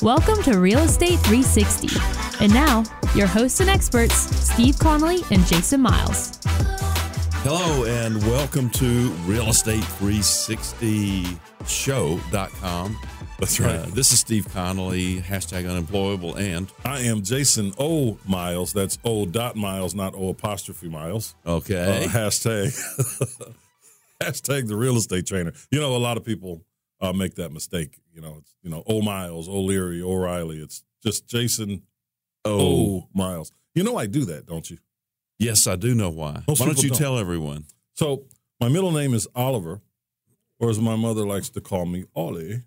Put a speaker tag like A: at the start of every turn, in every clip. A: Welcome to Real Estate 360. And now, your hosts and experts, Steve Connolly and Jason Miles.
B: Hello and welcome to Real Estate 360 Show.com.
C: That's right.
B: Uh, this is Steve Connolly, hashtag unemployable, and
C: I am Jason O Miles. That's O dot Miles, not O apostrophe Miles. Uh,
B: okay.
C: hashtag hashtag the real estate trainer. You know, a lot of people uh, make that mistake. You know, it's you know O Miles, O'Leary, O'Reilly. It's just Jason
B: oh,
C: O Miles. You know, I do that, don't you?
B: yes, I do know why.
C: Most
B: why don't
C: people
B: you
C: don't.
B: tell everyone?
C: So my middle name is Oliver, or as my mother likes to call me, Ollie.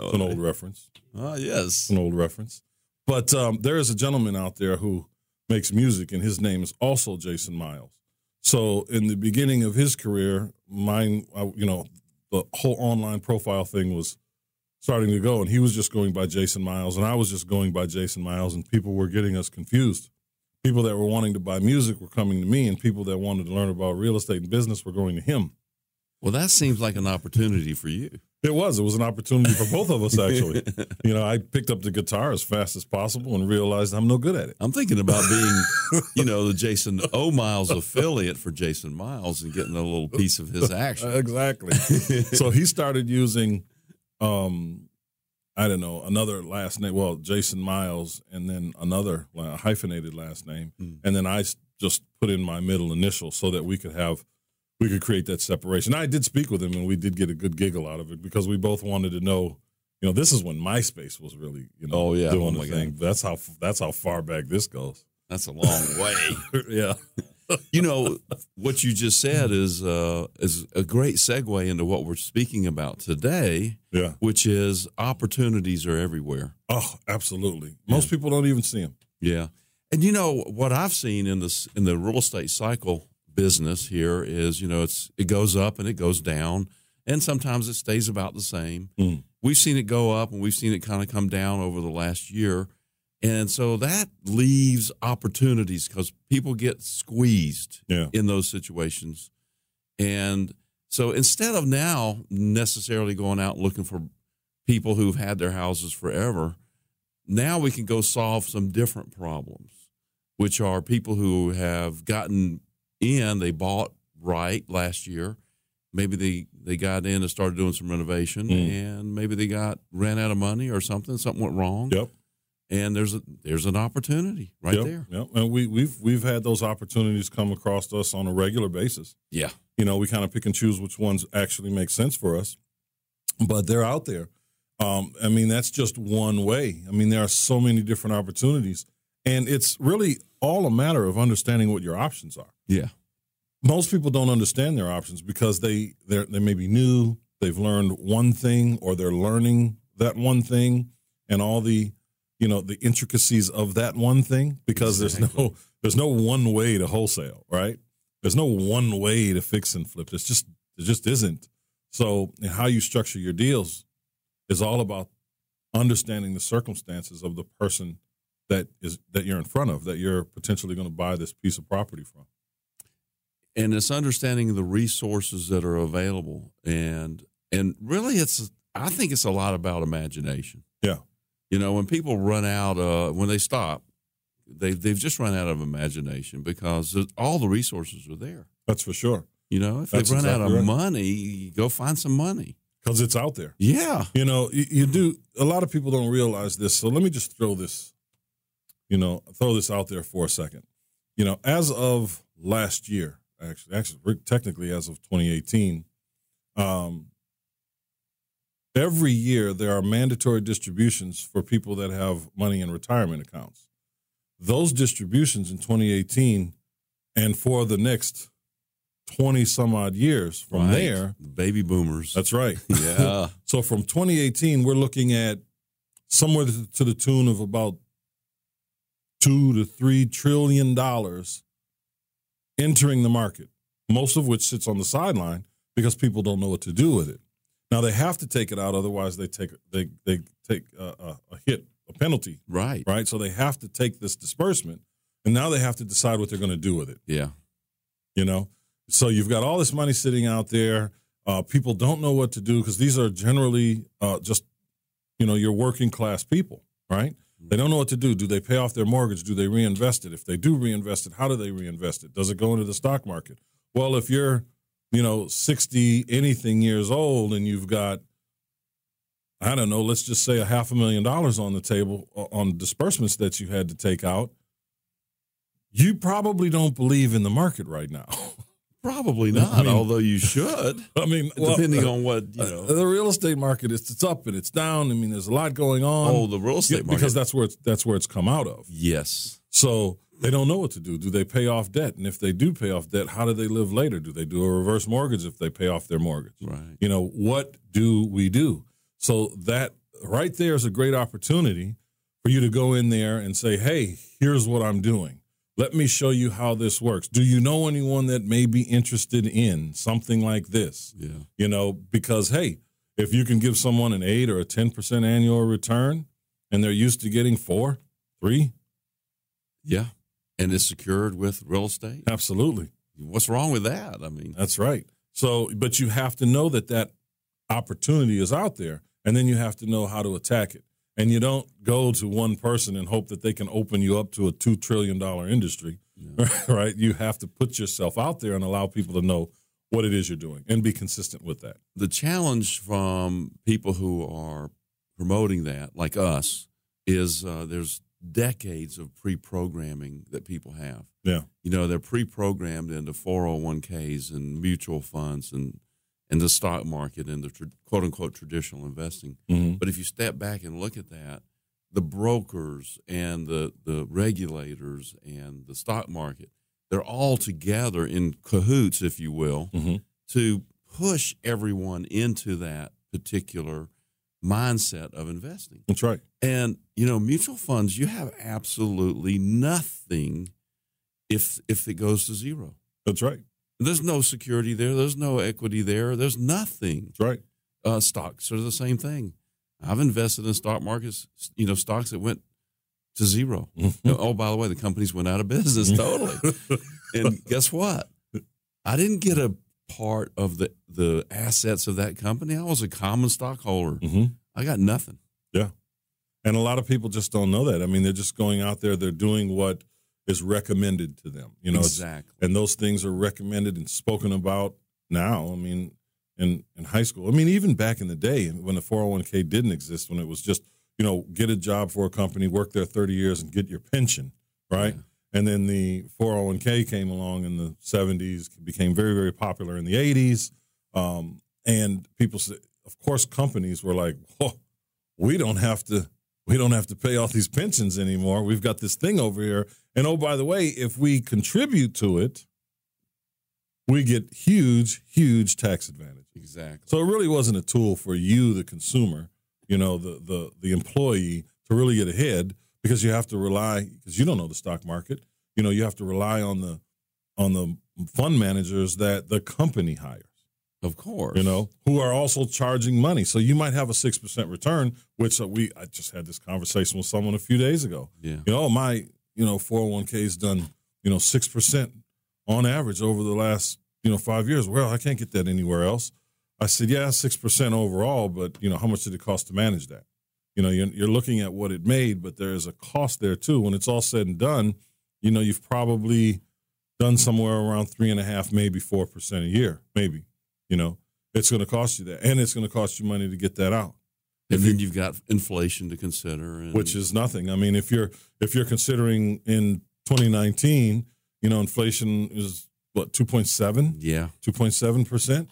C: It's an old reference.
B: Ah, yes.
C: It's an old reference. But um, there is a gentleman out there who makes music, and his name is also Jason Miles. So in the beginning of his career, mine, I, you know, the whole online profile thing was starting to go, and he was just going by Jason Miles, and I was just going by Jason Miles, and people were getting us confused. People that were wanting to buy music were coming to me, and people that wanted to learn about real estate and business were going to him.
B: Well, that seems like an opportunity for you.
C: It was. It was an opportunity for both of us, actually. you know, I picked up the guitar as fast as possible and realized I'm no good at it.
B: I'm thinking about being, you know, the Jason O Miles affiliate for Jason Miles and getting a little piece of his action.
C: Exactly. so he started using, um, I don't know, another last name. Well, Jason Miles, and then another la- hyphenated last name,
B: Hmm.
C: and then I s- just put in my middle initial so that we could have, we could create that separation. I did speak with him, and we did get a good giggle out of it because we both wanted to know. You know, this is when MySpace was really, you know,
B: Oh, yeah.
C: doing
B: Oh, my
C: the thing. That's how f- that's how far back this goes.
B: That's a long way.
C: yeah.
B: you know what you just said is uh, is a great segue into what we're speaking about today,
C: Yeah.
B: which is opportunities are everywhere.
C: Oh, absolutely. Most people don't even see him.
B: Yeah, and you know what I've seen in this in the real estate cycle business here is you know it's it goes up and it goes down, and sometimes it stays about the same.
C: Mm.
B: We've seen it go up and we've seen it kind of come down over the last year. And so that leaves opportunities because people get squeezed
C: Yeah.
B: in those situations. And so instead of now necessarily going out looking for people who've had their houses forever, now we can go solve some different problems, which are people who have gotten in, they bought right last year. Maybe they, they got in and started doing some renovation,
C: Mm.
B: and maybe they got ran out of money or something. Something went wrong,
C: Yep.
B: and there's a, there's an opportunity right
C: yep,
B: there.
C: Yep. And we, we've we've had those opportunities come across us on a regular basis.
B: Yeah,
C: You know, we kind of pick and choose which ones actually make sense for us, but they're out there. Um, I mean, that's just one way. I mean, there are so many different opportunities, and it's really all a matter of understanding what your options are.
B: yeah,
C: Most people don't understand their options because they they they may be new. They've learned one thing, or they're learning that one thing, and all the you know the intricacies of that one thing because there's
B: Exactly.
C: no there's no one way to wholesale right there's no one way to fix and flip there's just there just isn't so and how you structure your deals is all about understanding the circumstances of the person that is that you're in front of that you're potentially going to buy this piece of property from
B: and it's understanding the resources that are available, and and really, it's I think it's a lot about imagination.
C: Yeah.
B: you know, when people run out, uh, when they stop, they they've just run out of imagination because all the resources are there.
C: that's for sure
B: You know, if
C: That's
B: they run out of
C: exactly right.
B: money, go find some money.
C: because it's out there
B: Yeah,
C: You know, you, you do. A lot of people don't realize this, so let me just throw this, you know, throw this out there for a second. You know, as of last year, actually, actually, we're technically as of 2018, um, every year there are mandatory distributions for people that have money in retirement accounts. Those distributions in 2018, and for the next 20 some odd years from
B: Right.
C: there,
B: the baby boomers.
C: that's right.
B: yeah,
C: So from 2018, we're looking at somewhere to to the tune of about two to three trillion dollars entering the market, most of which sits on the sideline because people don't know what to do with it. Now they have to take it out, otherwise they take they they take a, a, a hit, a penalty,
B: right.
C: right? So they have to take this disbursement, and now they have to decide what they're going to do with it
B: Yeah,
C: you know so you've got all this money sitting out there uh, people don't know what to do because these are generally uh, just you know, your working class people, right? They don't know what to do. Do they pay off their mortgage? Do they reinvest it? If they do reinvest it, how do they reinvest it? Does it go into the stock market? Well, if you're, you know, 60 anything years old and you've got, I don't know, let's just say a half a million dollars on the table uh, on disbursements that you had to take out, you probably don't believe in the market right now.
B: Probably not,
C: I mean-
B: although you should,
C: I mean,
B: depending
C: well,
B: on what, you know.
C: uh, the real estate market, it's, it's up and it's down. I mean, there's a lot going on.
B: oh, the real estate
C: um, Yeah,
B: market.
C: because that's where it's, that's where it's come out of.
B: yes.
C: So they don't know what to do. Do they pay off debt? And if they do pay off debt, how do they live later? Do they do a reverse mortgage if they pay off their mortgage?
B: Right.
C: You know, what do we do? So that right there is a great opportunity for you to go in there and say, "Hey, here's what I'm doing. Let me show you how this works. Do you know anyone that may be interested in something like this?"
B: Yeah.
C: you know, because hey, if you can give someone an eight or a ten percent annual return, and they're used to getting four, three,
B: Yeah. And it's secured with real estate.
C: absolutely,
B: What's wrong with that? I mean,
C: that's right. So, but you have to know that that opportunity is out there, and then you have to know how to attack it. And you don't go to one person and hope that they can open you up to a two trillion dollar industry, right? You have to put yourself out there and allow people to know what it is you're doing and be consistent with that.
B: the challenge from people who are promoting that, like us, is uh, there's decades of pre-programming that people have.
C: Yeah.
B: You know, they're pre-programmed into 401ks and mutual funds and and the stock market and the tr quote unquote traditional investing.
C: Mm-hmm.
B: But if you step back and look at that, the brokers and the, the regulators and the stock market, they're all together in cahoots, if you will,
C: Mhm.
B: to push everyone into that particular mindset of investing.
C: That's right.
B: And you know, mutual funds, you have absolutely nothing if if it goes to zero.
C: That's right.
B: There's no security there. There's no equity there. There's nothing
C: That's right.
B: uh, stocks are the same thing. I've invested in stock markets, you know, stocks that went to 0
C: Mm-hmm. Hmm.
B: oh, by the way, the companies went out of business totally. and guess what? I didn't get a part of the the assets of that company. I was a common stockholder.
C: Mm-hmm.
B: I got nothing.
C: And a lot of people just don't know that. I mean, they're just going out there, they're doing what is recommended to them, you know. it's-
B: exactly.
C: And those things are recommended and spoken about now. I mean, in, in high school. I mean, even back in the day when the 401k didn't exist, when it was just, you know, get a job for a company, work there 30 years and get your pension, right?
B: Yeah.
C: And then the 401k came along in the 70s, became very, very popular in the 80s. Um, and people said, of course, companies were like, whoa, we don't have to we don't have to pay all these pensions anymore. We've got this thing over here. And oh, by the way, if we contribute to it, we get huge, huge tax advantage.
B: Exactly.
C: So it really wasn't a tool for you, the consumer, you know, the the the employee, to really get ahead because you have to rely because you don't know the stock market. You know, you have to rely on the on the fund managers that the company hires,
B: Of course.
C: you know, who are also charging money. So you might have a six percent return, which uh, we I just had this conversation with someone a few days ago.
B: Yeah.
C: You know, my you know four hundred one k's done you know six percent on average over the last you know five years. Well, I can't get that anywhere else. I said, yeah, six percent overall, but you know, how much did it cost to manage that? You know, you're, you're looking at what it made, but there is a cost there too. When it's all said and done, you know, you've probably done somewhere around three and a half, maybe four percent a year, maybe. You know, it's going to cost you that, and it's going to cost you money to get that out
B: And then you've got inflation to consider. And,
C: which is nothing. I mean, if you're if you're considering in 2019, you know, inflation is what 2.7,
B: yeah.
C: 2.7 percent.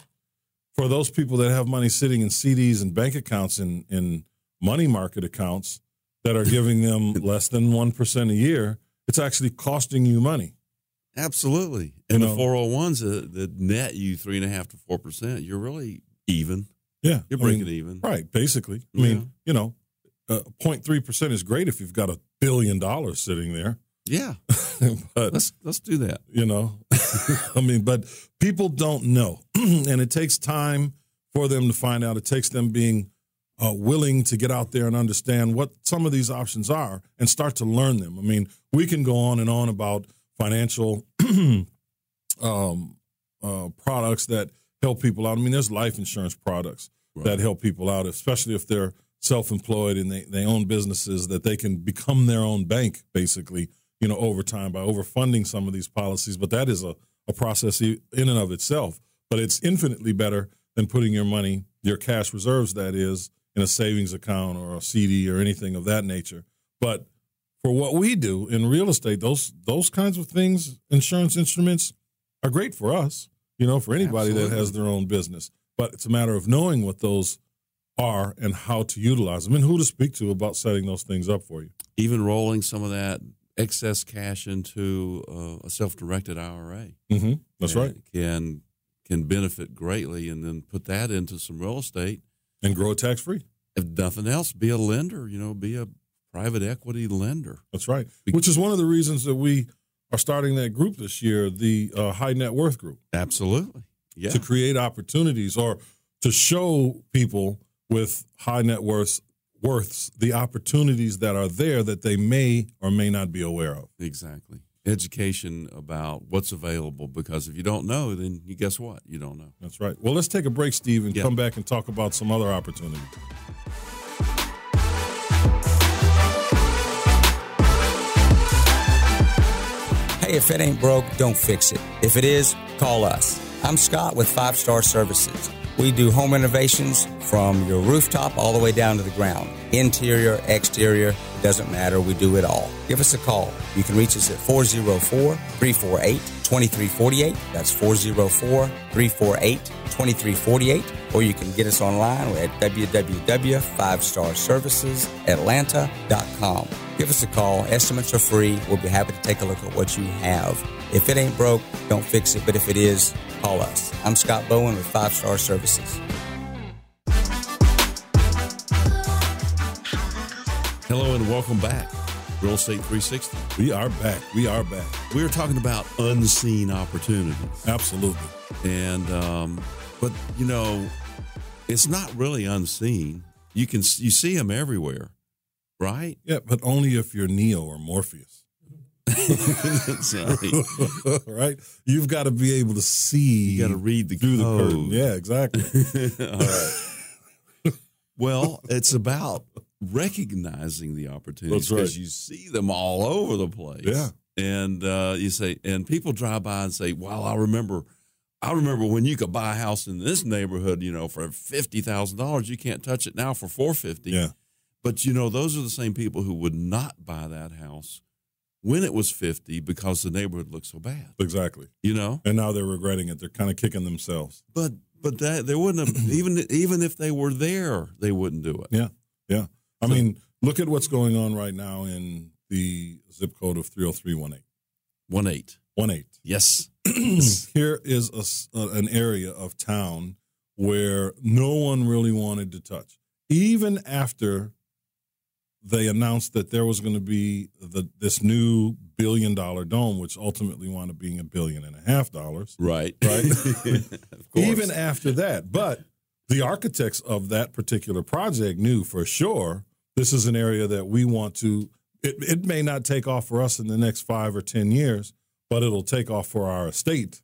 C: For those people that have money sitting in CDs and bank accounts and in money market accounts that are giving them less than one percent a year, it's actually costing you money.
B: Absolutely. And
C: You
B: the
C: know.
B: 401s that, that uh, net you three and a half to 4%, you're really even.
C: Yeah,
B: You're
C: I mean,
B: breaking even.
C: Right, basically. I
B: Yeah.
C: mean, you know, uh, 0.3% is great if you've got a billion dollars sitting there.
B: Yeah.
C: but
B: Let's let's do that.
C: you know i mean but people don't know and it takes time for them to find out it takes them being uh, willing to get out there and understand what some of these options are and start to learn them i mean we can go on and on about financial um, uh, products that help people out i mean there's life insurance products
B: Right.
C: that help people out especially if they're self-employed and they, they own businesses that they can become their own bank basically you know over time by overfunding some of these policies but that is a, a process i- in and of itself but it's infinitely better than putting your money your cash reserves that is in a savings account or a cd or anything of that nature but for what we do in real estate those those kinds of things insurance instruments are great for us you know for anybody that
B: Absolutely.
C: has their own business but it's a matter of knowing what those are and how to utilize them and who to speak to about setting those things up for you.
B: even rolling some of that excess cash into uh, a self-directed IRA.
C: Mm-hmm. That's
B: that
C: right.
B: Can can benefit greatly, and then put that into some real estate.
C: And grow it tax free.
B: If nothing else, be a lender. You know, be a private equity lender.
C: That's right.
B: Be-
C: Which is one of the reasons that we are starting that group this year, the uh, high net worth group,
B: Absolutely. Yeah.
C: to create opportunities or to show people with high net worth worths the opportunities that are there that they may or may not be aware of.
B: Exactly. Education about what's available because if you don't know, then you guess what? You don't know.
C: That's right. Well, let's take a break, Steve, and
B: Yeah.
C: come back and talk about some other opportunities.
D: Hey, if it ain't broke, don't fix it. If it is, call us. I'm Scott with Five Star Services. We do home renovations from your rooftop all the way down to the ground. Interior, exterior, it doesn't matter. We do it all. Give us a call. You can reach us at 404 348 2348. That's 404 348 2348. Or you can get us online at www.5starservicesatlanta.com. Give us a call. Estimates are free. We'll be happy to take a look at what you have. If it ain't broke, don't fix it. But if it is, call us. I'm Scott Bowen with Five Star Services.
B: Hello and welcome back. Real Estate 360.
C: We are back. We are back.
B: We were talking about unseen opportunities.
C: Absolutely.
B: and um, but you know, it's not really unseen. You can you see them everywhere, right?
C: Yeah, but only if you're Neo or Morpheus,
B: So,
C: right? You've got to be able to see.
B: you got to read the
C: through the
B: code.
C: curtain. Yeah, exactly.
B: All right. well, it's about recognizing the opportunities
C: That's right.
B: you see them all over the place.
C: Yeah.
B: and uh, you say, and people drive by and say, "Wow, I remember." I remember when you could buy a house in this neighborhood, you know, for fifty thousand dollars. You can't touch it now for four fifty.
C: yeah,
B: But you know, those are the same people who would not buy that house when it was 50 because the neighborhood looked so bad,
C: exactly.
B: you know?
C: And now they're regretting it. They're kind of kicking themselves.
B: But but that they wouldn't have even even if they were there, they wouldn't do it.
C: Yeah, yeah. I
B: So-
C: mean, look at what's going on right now in the zip code of 30318.
B: One eight.
C: 18.
B: Yes.
C: Here is a s uh an area of town where no one really wanted to touch. Even after they announced that there was going to be the, this new billion dollar dome, which ultimately wound up being a billion and a half dollars.
B: Right.
C: Right.
B: of course.
C: Even after that, but the architects of that particular project knew for sure this is an area that we want to. It, it may not take off for us in the next five or ten years, but it'll take off for our estate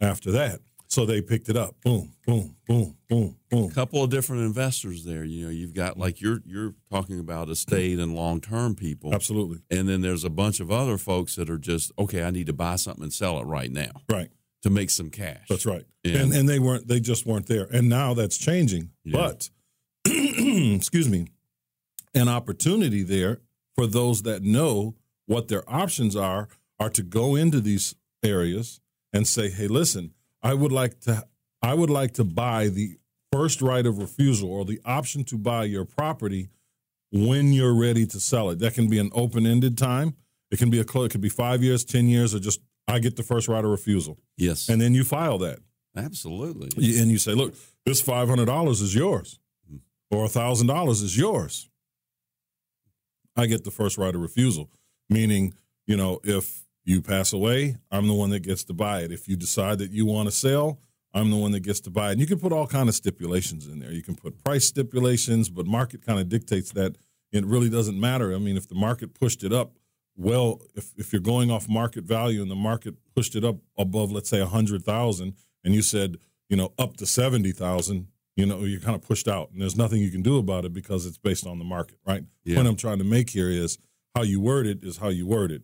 C: after that. So they picked it up. Boom, boom, boom, boom, boom.
B: couple of different investors there. You know, you've got like you're you're talking about estate and long term people.
C: Absolutely
B: And then there's a bunch of other folks that are just, okay, I need to buy something and sell it right now
C: right.
B: to make some cash.
C: That's right.
B: Yeah.
C: And and they weren't they just weren't there. And now that's changing.
B: Yeah.
C: But excuse me, an opportunity there for those that know what their options are are to go into these areas and say, "Hey, listen, I would like to I would like to buy the first right of refusal or the option to buy your property when you're ready to sell it. That can be an open-ended time. It can be a clo- it could be 5 years, 10 years or just I get the first right of refusal.
B: Yes.
C: And then you file that.
B: Absolutely.
C: You- and you say, "Look, this five hundred dollars is yours, or thousand dollars is yours." I get the first right of refusal, meaning, you know, if you pass away, I'm the one that gets to buy it. If you decide that you want to sell, I'm the one that gets to buy it. And you can put all kind of stipulations in there. You can put price stipulations, but market kind of dictates that. It really doesn't matter. I mean, if the market pushed it up, well, if, if you're going off market value and the market pushed it up above, let's say, a hundred thousand, and you said, you know, up to seventy thousand, you know you're kind of pushed out and there's nothing you can do about it because it's based on the market right
B: Yeah.
C: point i'm trying to make here is how you word it is how you word it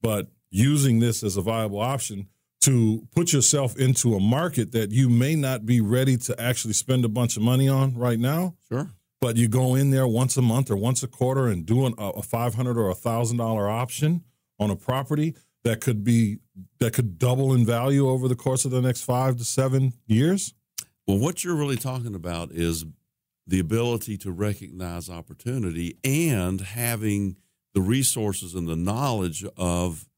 C: but using this as a viable option to put yourself into a market that you may not be ready to actually spend a bunch of money on right now
B: Sure.
C: but you go in there once a month or once a quarter and do an, a, a 500 or a thousand dollar option on a property that could be that could double in value over the course of the next five to seven years
B: Well, what you're really talking about is the ability to recognize opportunity and having the resources and the knowledge of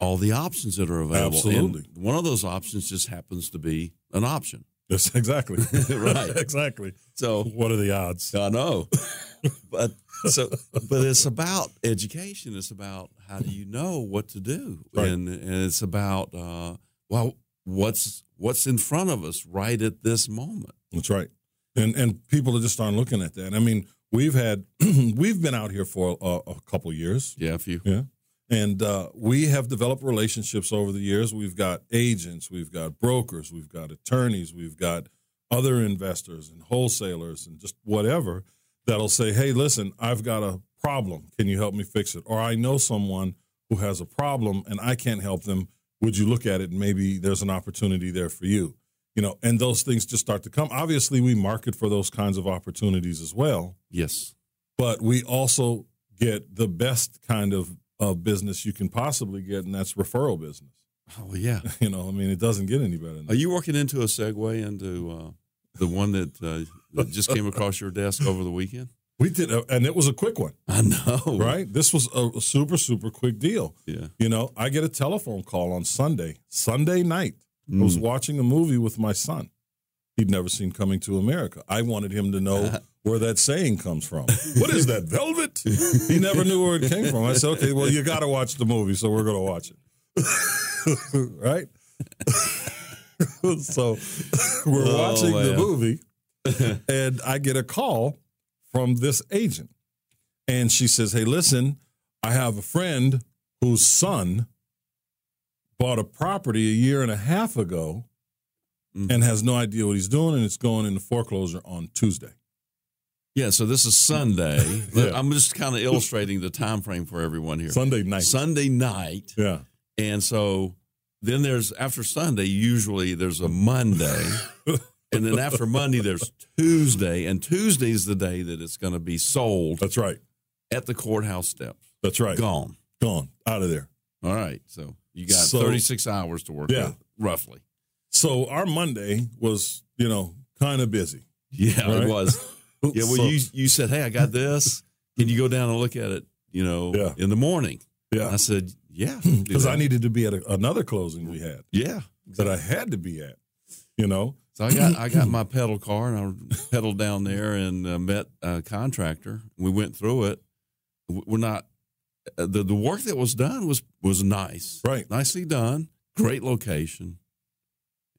B: all the options that are available.
C: Absolutely.
B: And one of those options just happens to be an option.
C: yes exactly
B: Right.
C: exactly
B: So
C: what are the odds
B: I know. but so but it's about education. It's about how do you know what to do?
C: Right.
B: And and it's about uh, well, what's what's in front of us right at this moment.
C: That's right. And and people are just aren't looking at that. I mean, we've had we've been out here for a, a couple years,
B: Yeah, if you
C: yeah, and uh, we have developed relationships over the years. We've got agents, we've got brokers, we've got attorneys, we've got other investors and wholesalers and just whatever that'll say, "Hey, listen, I've got a problem. Can you help me fix it?" Or I know someone who has a problem and I can't help them. Would you look at it and maybe there's an opportunity there for you? You know, and those things just start to come. Obviously, we market for those kinds of opportunities as well
B: yes.
C: but we also get the best kind of, of business you can possibly get, and that's referral business.
B: Oh yeah.
C: You know, I mean, it doesn't get any better than
B: Are
C: that.
B: you working into a segue into uh, the one that, uh, that just came across your desk over the weekend?
C: We did, a, and it was a quick one,
B: I know,
C: right? This was a, a super, super quick deal.
B: Yeah,
C: You know, I get a telephone call on Sunday, Sunday night. I was watching a movie with my son. He'd never seen Coming to America. I wanted him to know where that saying comes from. What is that, velvet? He never knew where it came from. I said, okay, well, you got to watch the movie, so we're going to watch it. right? so we're
B: Oh,
C: watching the
B: man.
C: movie, and I get a call from this agent. And she says, hey, listen, I have a friend whose son bought a property a year and a half ago
B: Mhm.
C: and has no idea what he's doing and it's going into foreclosure on Tuesday.
B: yeah. So this is Sunday.
C: Yeah.
B: I'm just kind of illustrating the time frame for everyone here.
C: Sunday night.
B: Sunday night,
C: yeah.
B: and so then there's after Sunday. Usually there's a Monday, and then after Monday there's Tuesday, and Tuesday's the day that it's going to be sold
C: That's right.
B: at the courthouse steps.
C: That's right.
B: Gone.
C: Gone. Out of there.
B: All right. So you got
C: So-
B: 36 hours to work.
C: Yeah.
B: with, roughly.
C: So our Monday was, you know, kind of busy.
B: Yeah,
C: Right?
B: it was. Yeah, well,
C: So-
B: you you said, "Hey, I got this. Can you go down and look at it?" You know,
C: Yeah.
B: in the morning. I
C: yeah.
B: said, "Yeah,
C: Because I needed to be at a, another closing we had
B: Yeah,
C: that I had to be at, you know.
B: so I got I got my pedal car and I pedaled down there and uh, met a contractor. We went through it. W- We're not uh, the the work that was done was was nice,
C: Right.
B: nicely done, great location,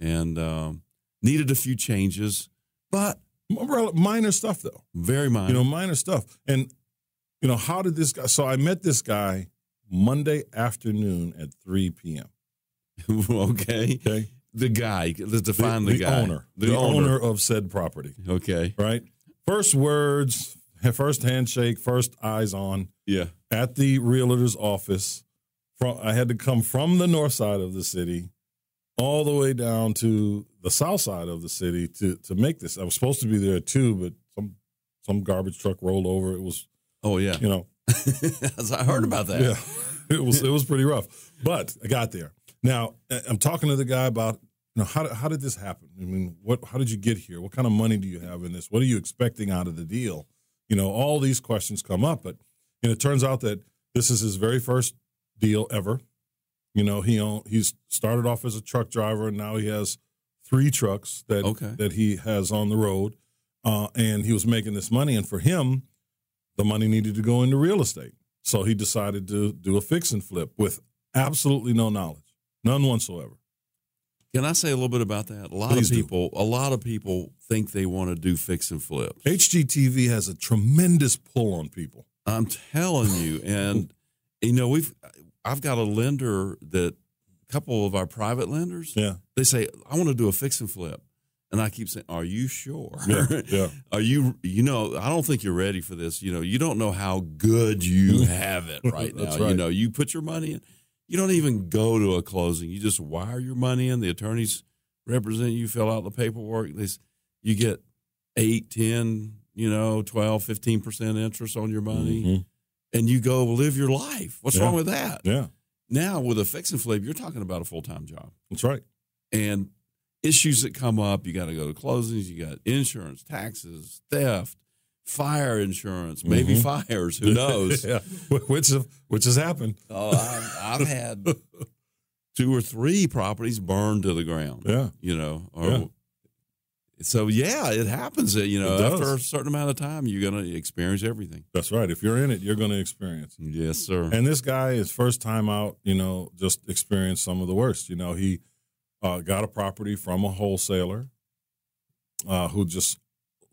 B: and um, needed a few changes, but
C: Rel- Minor stuff, though.
B: very minor.
C: you know, minor stuff. And you know, how did this guy? So I met this guy Monday afternoon at three p.m.
B: okay,
C: Okay,
B: the guy. Let's define the, guy.
C: owner, the, owner of said property.
B: Okay.
C: Right, first words, first handshake, first eyes on
B: Yeah.
C: at the realtor's office. From I had to come from the north side of the city. All the way down to the south side of the city to to make this. I was supposed to be there too, but some some garbage truck rolled over. It was
B: Oh yeah.
C: you know
B: I heard about that.
C: Yeah, it was it was pretty rough, but I got there. Now I- I'm talking to the guy about you know how did- how did this happen? I mean, what how did you get here? What kind of money do you have in this? What are you expecting out of the deal? You know, all these questions come up, but and it turns out that this is his very first deal ever. You know, he own, he's started off as a truck driver, and now he has three trucks that
B: Okay.
C: that he has on the road, uh, and he was making this money. And for him, the money needed to go into real estate, so he decided to do a fix and flip with absolutely no knowledge, none whatsoever.
B: Can I say a little bit about that? A lot
C: Please
B: of
C: do.
B: people, a lot of people think they want to do fix and flips.
C: HGTV has a tremendous pull on people.
B: I'm telling you, and you know we've, I've got a lender that, a couple of our private lenders,
C: Yeah,
B: they say I want to do a fix and flip, And I keep saying, "Are you sure?
C: Yeah, yeah.
B: Are you? You know, I don't think you're ready for this. You know, you don't know how good you have it right now.
C: Mm-hmm. That's
B: You
C: right.
B: know, you put your money in. You don't even go to a closing. You just wire your money in. The attorneys represent you. Fill out the paperwork. They, s- you get eight, ten, you know, 12, 15 percent interest on your money,
C: Mhm.
B: and you go live your life. What's
C: Yeah.
B: wrong with that?
C: Yeah,
B: Now with a fix and flip, you're talking about a full time job
C: that's right.
B: and issues that come up. You got to go to closings. You got insurance, taxes, theft, fire insurance, maybe
C: Mhm.
B: fires. Who knows?
C: yeah, which have, which has happened.
B: oh, I've, I've had two or three properties burned to the ground.
C: Yeah.
B: you know. Or,
C: Yeah.
B: So yeah, it happens. That you know,
C: It does.
B: after a certain amount of time, you're going to experience everything.
C: That's right. If you're in it, you're going to experience. it.
B: Yes, sir.
C: And this guy, his first time out, you know, just experienced some of the worst. You know, he uh, got a property from a wholesaler uh, who just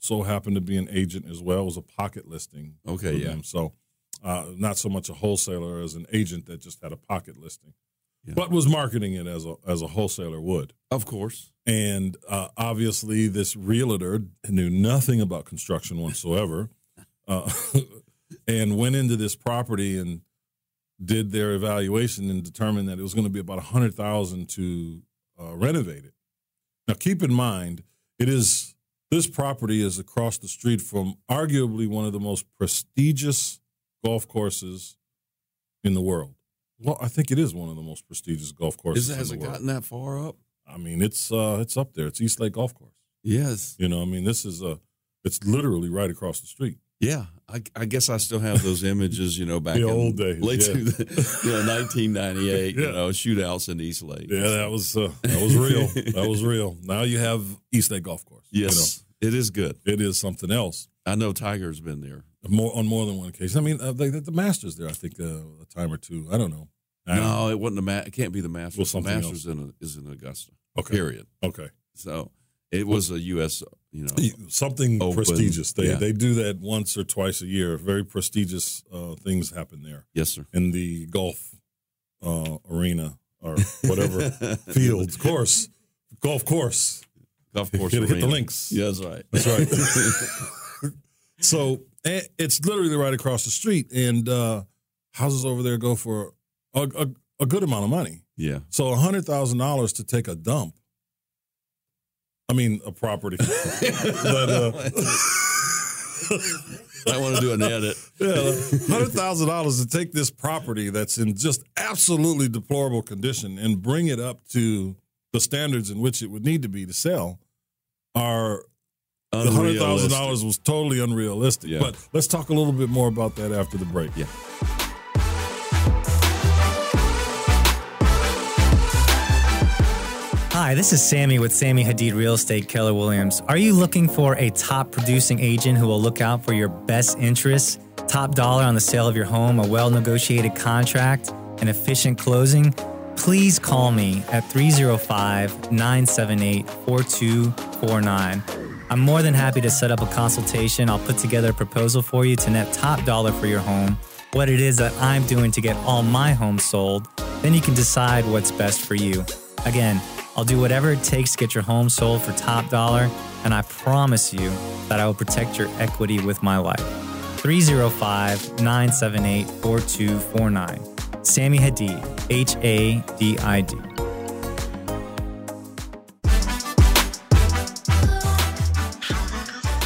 C: so happened to be an agent as well. It was a pocket listing.
B: Okay,
C: for
B: yeah.
C: them. So uh, not so much a wholesaler as an agent that just had a pocket listing,
B: Yeah.
C: but was marketing it as a as a wholesaler would.
B: of course.
C: And uh, obviously, this realtor knew nothing about construction whatsoever uh, and went into this property and did their evaluation and determined that it was going to be about 100000 to uh, renovate it. Now, keep in mind, it is this property is across the street from arguably one of the most prestigious golf courses in the world. Well, I think it is one of the most prestigious golf courses.
B: Is, has
C: in
B: it
C: the world.
B: gotten that far up?
C: I mean, it's uh, it's up there. It's East Lake Golf Course.
B: Yes.
C: You know, I mean, this is a, it's literally right across the street.
B: Yeah, I, I guess I still have those images, you know, back
C: The
B: in
C: old days,
B: late
C: yeah.
B: you know, 1998, you
C: Yeah.
B: know, shootouts in East Lake.
C: Yeah, that was uh, that was real. that was real. Now you have East Lake Golf Course. You
B: Yes, it is good.
C: know, it is something else.
B: I know Tiger's been there.
C: More on more than one occasion. I mean, uh, they, the Masters there, I think uh, a time or two. I don't know. I don't-
B: No, it wasn't the ma- It can't be the Masters.
C: Well,
B: the
C: something
B: Masters in, is in Augusta.
C: Okay.
B: Period.
C: Okay.
B: So it was a U.S. You know,
C: Something
B: Open,
C: prestigious. They
B: yeah.
C: they do that once or twice a year. Very prestigious uh, things happen there
B: yes, sir.
C: in the golf uh, arena or whatever field course golf course.
B: Golf course.
C: Hit- hit the
B: arena.
C: links.
B: Yeah, that's right.
C: That's right. so eh, it's literally right across the street, and uh, houses over there go for a, a, a good amount of money.
B: Yeah.
C: So hundred thousand dollars to take a dump. I mean, a property. but, uh,
B: I want to do an edit.
C: yeah, hundred thousand dollars to take this property that's in just absolutely deplorable condition and bring it up to the standards in which it would need to be to sell are The hundred thousand dollars was totally unrealistic.
B: Yeah.
C: But let's talk a little bit more about that after the break.
B: Yeah.
E: Hi, this is Sammy with Sammy Hadid Real Estate Keller Williams. Are you looking for a top producing agent who will look out for your best interests, top dollar on the sale of your home, a well negotiated contract, an efficient closing? Please call me at 305 978 4249. I'm more than happy to set up a consultation. I'll put together a proposal for you to net top dollar for your home, what it is that I'm doing to get all my homes sold. Then you can decide what's best for you. Again, I'll do whatever it takes to get your home sold for top dollar, and I promise you that I will protect your equity with my life. 305 978 4249. Sammy Hadid, H A D I D.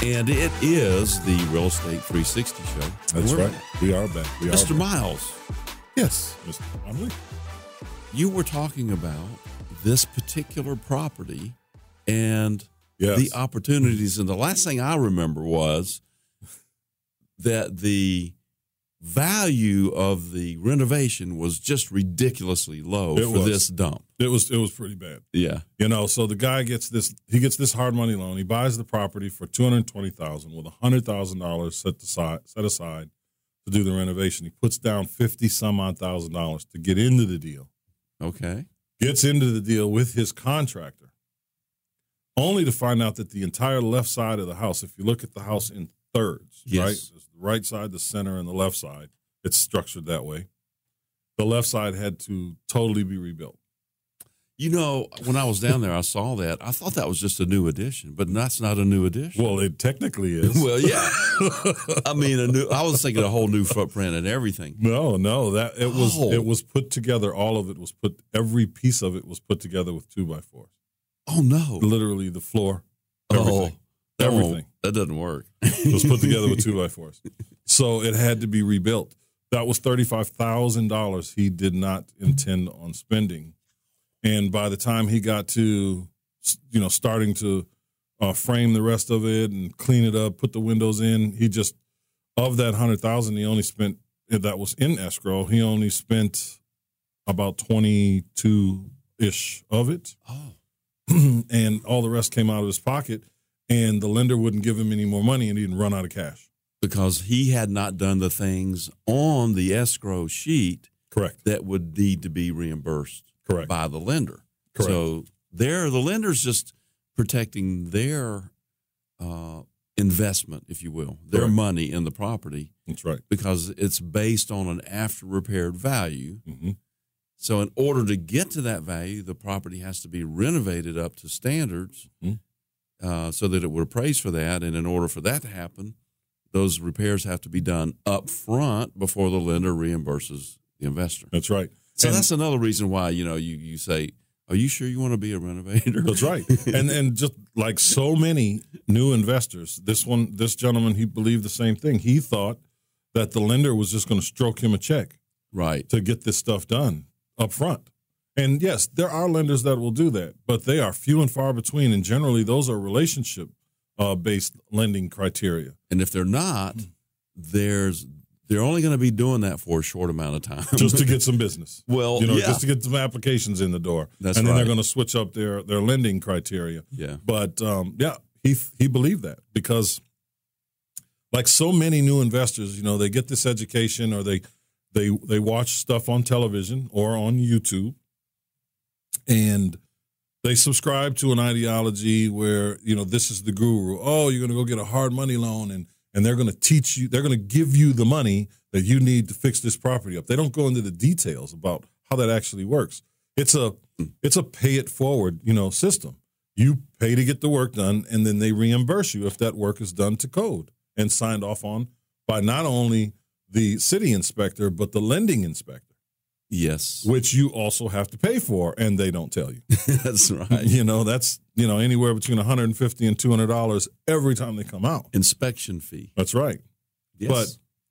B: And it is the Real Estate 360 show.
C: That's
B: We're-
C: right. We are back. We
B: Mr.
C: are back.
B: Miles.
C: Yes, Mr. Conley.
B: you were talking about this particular property and
C: Yes.
B: the opportunities. And the last thing I remember was that the value of the renovation was just ridiculously low
C: It
B: for
C: was.
B: this dump.
C: It was it was pretty bad.
B: Yeah.
C: You know, so the guy gets this he gets this hard money loan. He buys the property for two hundred twenty thousand with hundred thousand dollars set aside set aside to do the renovation. He puts down fifty some odd thousand dollars to get into the deal.
B: Okay.
C: gets into the deal with his contractor, only to find out that the entire left side of the house, if you look at the house in thirds,
B: Yes.
C: right? There's the right side, the center, and the left side, it's structured that way. The left side had to totally be rebuilt.
B: You know, when I was down there, I saw that. I thought that was just a new addition, but that's not a new addition.
C: Well, it technically is.
B: Well, yeah. I mean, a new. I was thinking a whole new footprint and everything.
C: no, no, that it was
B: Oh.
C: it was put together. All of it was put. Every piece of it was put together with two by fours.
B: Oh no!
C: Literally, the floor.
B: Oh,
C: Everything.
B: that won't-
C: everything.
B: Oh, that doesn't work.
C: It was put together with two by fours. So it had to be rebuilt. That was $35,000 he did not intend on spending. And by the time he got to, you know, starting to uh, frame the rest of it and clean it up, put the windows in, he just, of that 100000 he only spent, that was in escrow, he only spent about 22 ish of it
B: Oh,
C: and all the rest came out of his pocket and the lender wouldn't give him any more money and he'd run out of cash
B: because he had not done the things on the escrow sheet
C: correct
B: that would need to be reimbursed
C: Correct.
B: by the lender.
C: Correct.
B: So there, the lender's just protecting their uh, investment, if you will, their
C: Correct.
B: money in the property
C: that's right
B: because it's based on an after repaired value.
C: hmm
B: So in order to get to that value, the property has to be renovated up to standards
C: Mhm.
B: uh, so that it would appraise for that. And in order for that to happen, those repairs have to be done up front before the lender reimburses the investor.
C: that's right
B: So
C: And-
B: that's another reason why you know you you say, "Are you sure you want to be a renovator?"
C: that's right and and just like so many new investors this one this gentleman he believed the same thing he thought that the lender was just going to stroke him a check
B: right.
C: to get this stuff done up front. And yes, there are lenders that will do that, but they are few and far between. And generally, those are relationship uh, based lending criteria.
B: And if they're not,
C: Hmm.
B: there's they're only going to be doing that for a short amount of time.
C: just to get some business.
B: Well,
C: you know,
B: yeah.
C: just to get some applications in the door,
B: That's
C: and then
B: right.
C: they're going to switch up their their lending criteria.
B: Yeah.
C: but um, yeah, he he believed that because, like so many new investors, you know, they get this education or they they they watch stuff on television or on YouTube, and they subscribe to an ideology where you know this is the guru. Oh, you're going to go get a hard money loan and and they're going to teach you. They're going to give you the money that you need to fix this property up. They don't go into the details about how that actually works. It's a it's a pay it forward you know system. You pay to get the work done, and then they reimburse you if that work is done to code and signed off on by not only the city inspector but the lending inspector,
B: yes,
C: which you also have to pay for, and they don't tell you
B: that's right.
C: Uh, you know that's you know anywhere between 150 and 200 dollars every time they come out
B: Inspection fee.
C: that's right
B: Yes.
C: But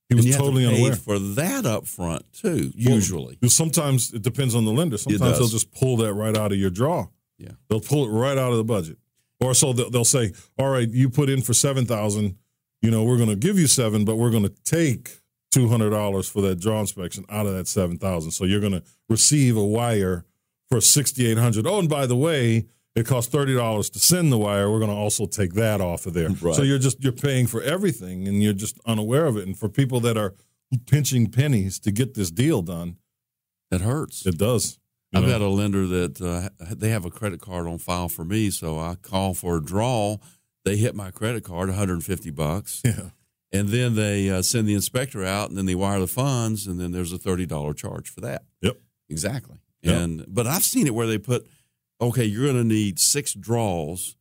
C: he
B: And
C: was
B: you have to
C: totally
B: pay
C: unaware
B: for that up front too. Usually,
C: Well, sometimes it depends on the lender sometimes
B: does.
C: they'll just pull that right out of your draw
B: Yeah.
C: they'll pull it right out of the budget or so they'll, they'll say all right you put in for 7000 you know we're going to give you 7 but we're going to take $200 for that draw inspection out of that 7000 so you're going to receive a wire for 6800 oh and by the way it costs $30 to send the wire we're going to also take that off of there
B: Right.
C: so you're just you're paying for everything and you're just unaware of it and for people that are pinching pennies to get this deal done
B: that hurts.
C: it does you
B: I've
C: know?
B: got a lender that uh, they have a credit card on file for me, so I call for a draw. They hit my credit card, 150 bucks.
C: yeah
B: and then they uh, send the inspector out, and then they wire the funds, and then there's a thirty dollar charge for that.
C: Yep.
B: exactly.
C: Yep.
B: And but I've seen it where they put, okay, you're going to need six draws,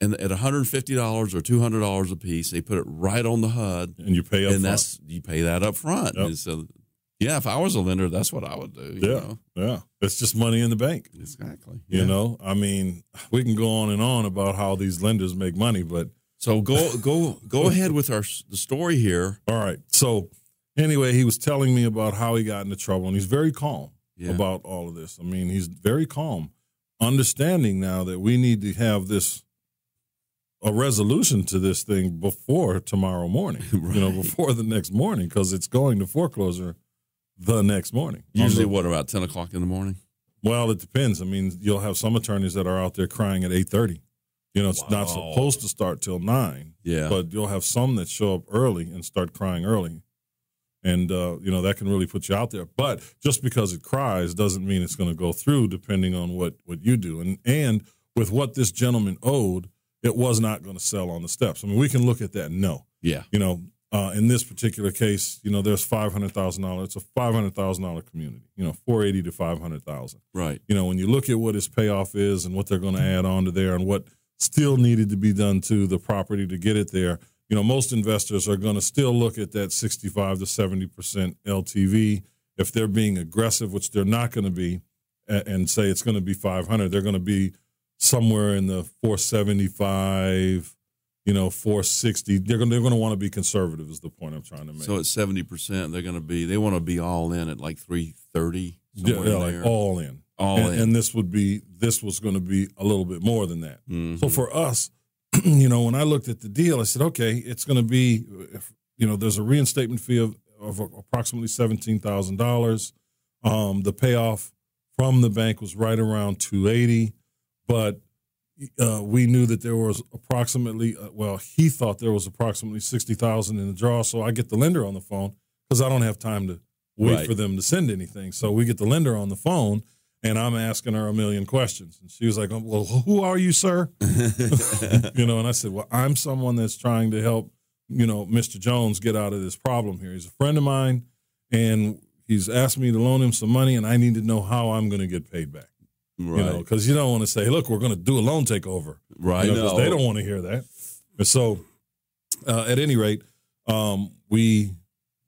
B: and at one hundred fifty dollars or two hundred dollars a piece, they put it right on the HUD,
C: and you pay up
B: and
C: front.
B: that's you pay that up front.
C: Yep.
B: And so, yeah, if I was a lender, that's what I would do. You
C: Yeah.
B: know?
C: Yeah, it's just money in the bank.
B: exactly.
C: You
B: Yeah.
C: know, I mean, we can go on and on about how these lenders make money, but
B: So go go go ahead with our s- the story here.
C: all right. So anyway, he was telling me about how he got into trouble, and he's very calm
B: Yeah.
C: about all of this. I mean, he's very calm, understanding now that we need to have this a resolution to this thing before tomorrow morning. You know,
B: Right.
C: before the next morning, because it's going to foreclosure the next morning. on
B: Usually,
C: the
B: what about ten o'clock in the morning?
C: Well, it depends. I mean, you'll have some attorneys that are out there crying at eight thirty. You know, it's not
B: Wow.
C: supposed to start till nine,
B: Yeah,
C: but you'll have some that show up early and start crying early, and uh, you know that can really put you out there. But just because it cries doesn't mean it's going to go through, depending on what what you do, and and with what this gentleman owed, it was not going to sell on the steps. I mean, we can look at that. No,
B: yeah,
C: you know, Uh, in this particular case, you know, there's five hundred thousand dollars. It's a five hundred thousand dollar community. You know, four eighty to five hundred thousand.
B: Right.
C: You know, when you look at what his payoff is and what they're going to add on to there and what still needed to be done to the property to get it there, you know, most investors are going to still look at that 65 to 70% LTV. If they're being aggressive, which they're not going to be, a- and say it's going to be 500, they're going to be somewhere in the 475, you know, 460. They're going to, they're going to want to be conservative, is the point I'm trying to make.
B: So at seventy percent, they're going to be. They want to be all in at like three thirty.
C: yeah, yeah, like all in.
B: All
C: and,
B: in.
C: and this would be this was going to be a little bit more than that.
B: Mhm.
C: So for us, you know, when I looked at the deal, I said, okay, it's going to be, if, you know, there's a reinstatement fee of, of approximately seventeen thousand dollars. Um, the payoff from the bank was right around two eighty, but uh, we knew that there was approximately, uh, well, he thought there was approximately sixty thousand in the draw. So I get the lender on the phone because I don't have time to wait
B: Right.
C: for them to send anything. So we get the lender on the phone, and I'm asking her a million questions, and she was like, "Oh, "Well, who are you, sir?" you know, and I said, "Well, I'm someone that's trying to help, you know, Mr. Jones get out of this problem here. He's a friend of mine, and he's asked me to loan him some money, and I need to know how I'm going to get paid back."
B: right.
C: You know, because you don't want to say, "Look, we're going to do a loan takeover."
B: right.
C: you know, 'cause
B: No.
C: they don't want to hear that. And so, uh, at any rate, um, we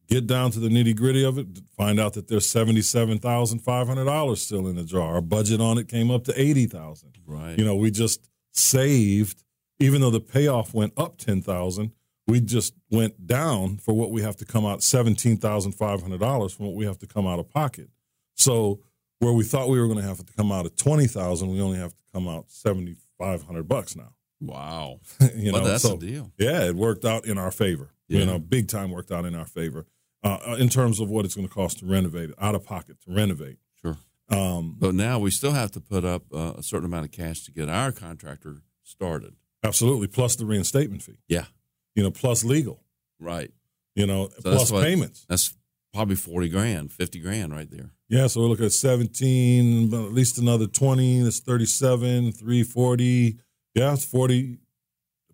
C: get down to the nitty gritty of it. Find out that there's seventy seven thousand five hundred dollars still in the jar. Our budget on it came up to eighty thousand.
B: Right.
C: You know, we just saved, even though the payoff went up ten thousand. We just went down for what we have to come out seventeen thousand five hundred dollars from what we have to come out of pocket. So where we thought we were going to have to come out at twenty thousand, we only have to come out seventy five hundred bucks now.
B: wow.
C: you know,
B: well, that's
C: so
B: a deal.
C: yeah, it worked out in our favor.
B: Yeah.
C: You know, big time worked out in our favor uh, in terms of what it's going to cost to renovate it, out of pocket to renovate.
B: Sure.
C: Um,
B: But now we still have to put up uh, a certain amount of cash to get our contractor started.
C: absolutely, plus the reinstatement fee.
B: Yeah.
C: You know, plus legal.
B: Right.
C: You know,
B: So that's
C: plus
B: what-
C: payments.
B: That's probably forty grand, fifty grand right there.
C: Yeah, so we're looking at seventeen, but at least another twenty. That's thirty-seven, three forty. Yeah, it's forty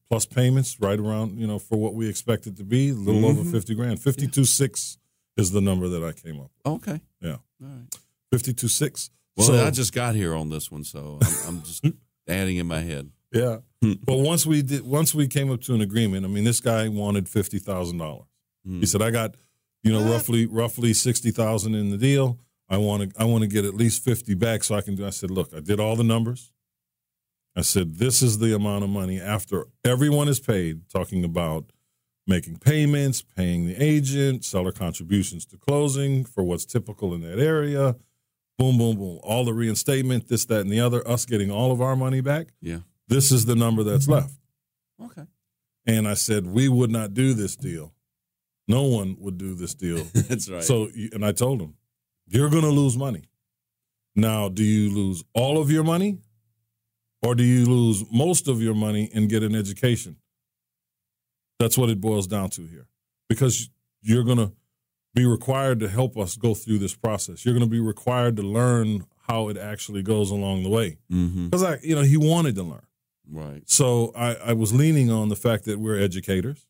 C: plus payments, right around you know for what we expect it to be, a little over
B: Mhm.
C: fifty grand. Fifty-two six is the number that I came up.
B: Oh, Okay.
C: Yeah.
B: All right.
C: Fifty-two six.
B: Well, I just got here on this one, so I'm, I'm just adding in my head.
C: Yeah.
B: Hmm.
C: But once we did, once we came up to an agreement, I mean, this guy wanted fifty thousand dollars.
B: Hmm.
C: He said, "I got, you know, roughly roughly sixty thousand in the deal. I want to I want to get at least fifty back so I can do." I said, "Look, I did all the numbers. I said this is the amount of money after everyone is paid. Talking about making payments, paying the agent, seller contributions to closing for what's typical in that area." Boom, boom, boom. All the reinstatement, this, that, and the other, us getting all of our money back
B: Yeah.
C: this is the number that's left.
B: Okay.
C: And I said, we would not do this deal. No one would do this deal.
B: That's right.
C: So, you- and I told him, you're going to lose money. Now, do you lose all of your money or do you lose most of your money and get an education? That's what it boils down to here. Because you're going to be required to help us go through this process. You're going to be required to learn how it actually goes along the way.
B: hmm
C: Because I, you know, he wanted to learn.
B: Right.
C: So I, I was leaning on the fact that we're educators,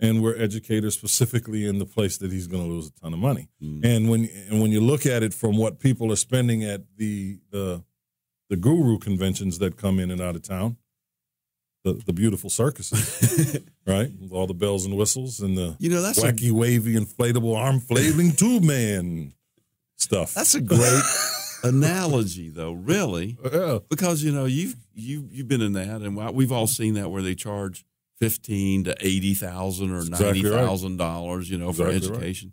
C: and we're educators specifically in the place that he's going to lose a ton of money.
B: Mm.
C: And when and when you look at it from what people are spending at the the the guru conventions that come in and out of town, the the beautiful circuses, right? With all the bells and whistles and the
B: You know, that's a
C: wacky, wavy, inflatable arm flailing tube man stuff.
B: That's a great analogy, though, really,
C: yeah.
B: because you know you've you you've been in that, and why- we've all seen that where they charge fifteen to eighty thousand or
C: Exactly right.
B: ninety thousand dollars, you know, for
C: Exactly right.
B: education.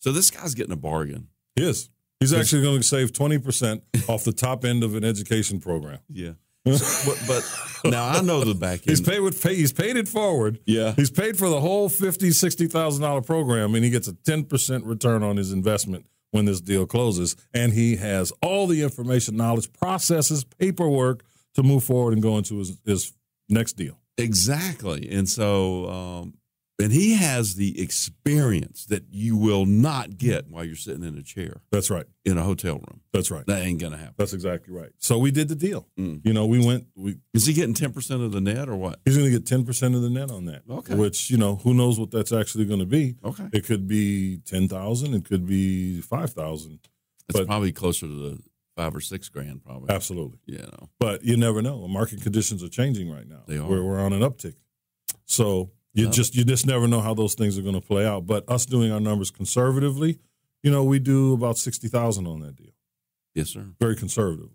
B: So this guy's getting a bargain.
C: He is. He's actually going to save twenty percent off the top end of an education program.
B: Yeah, but, but now I know the back end.
C: He's paid with pay, he's paid it forward.
B: Yeah.
C: He's paid for the whole fifty, sixty thousand dollar program and he gets a ten percent return on his investment when this deal closes. And he has all the information, knowledge, processes, paperwork to move forward and go into his, his next deal.
B: Exactly. And so um, And he has the experience that you will not get while you're sitting in a chair
C: That's right.
B: in a hotel room.
C: That's right.
B: That Mm. ain't gonna happen.
C: That's exactly right. So we did the deal. You know, we went. We
B: Is he getting ten percent of the net or what?
C: he's going to get ten percent of the net on that.
B: Okay.
C: Which you know, who knows what that's actually going to be?
B: Okay.
C: It could be ten thousand. It could be five thousand.
B: It's
C: But-
B: probably closer to the five or six grand, probably.
C: Absolutely.
B: You know.
C: But you never know. Market conditions are changing right now.
B: They are.
C: We're, we're on an uptick. So you
B: Yeah.
C: just you just never know how those things are going to play out. But us doing our numbers conservatively, you know, we do about sixty thousand on that deal,
B: Yes, sir.
C: very conservatively.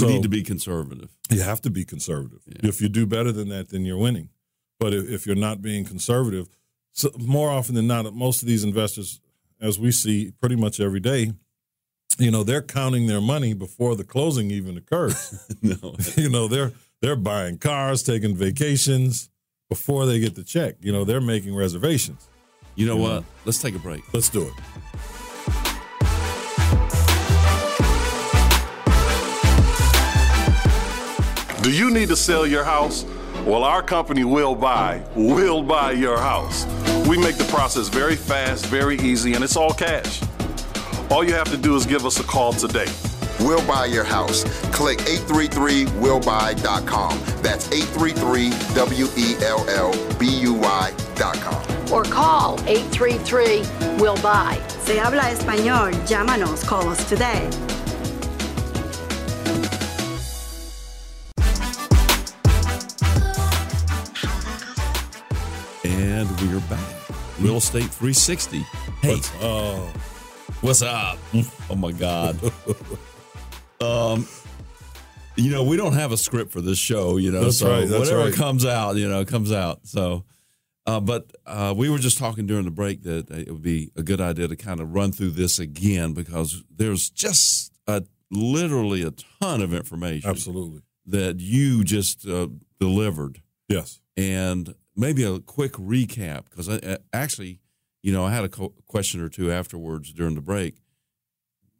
B: we need to be conservative.
C: You have to be conservative.
B: Yeah.
C: If you do better than that, then you're winning. But if, if you're not being conservative, so more often than not, most of these investors, as we see pretty much every day, you know, they're counting their money before the closing even occurs.
B: no.
C: you know, they're they're buying cars, taking vacations before they get the check. You know, they're making reservations.
B: You know what? Let's take a break.
C: Let's do it.
F: Do you need to sell your house? Well, our company will buy, will buy your house. We make the process very fast, very easy, and it's all cash. All you have to do is give us a call today.
G: We'll buy your house. Click 833willbuy.com. That's E 833-W-E-L-L-B-U-Y.com.
H: or call 833 Will Buy.
I: Se habla español, llámanos, call us today.
B: And we are back. Real Estate 360. Hey. What's up?
C: Oh,
B: What's up? oh, my God. um, you know, we don't have a script for this show, you know,
C: That's
B: so
C: right, that's
B: whatever
C: right.
B: comes out, you know, comes out. So, uh, but uh, we were just talking during the break that it would be a good idea to kind of run through this again because there's just a, literally a ton of information
C: Absolutely.
B: that you just uh, delivered
C: Yes.
B: and maybe a quick recap because I, I actually, you know, I had a co- question or two afterwards during the break,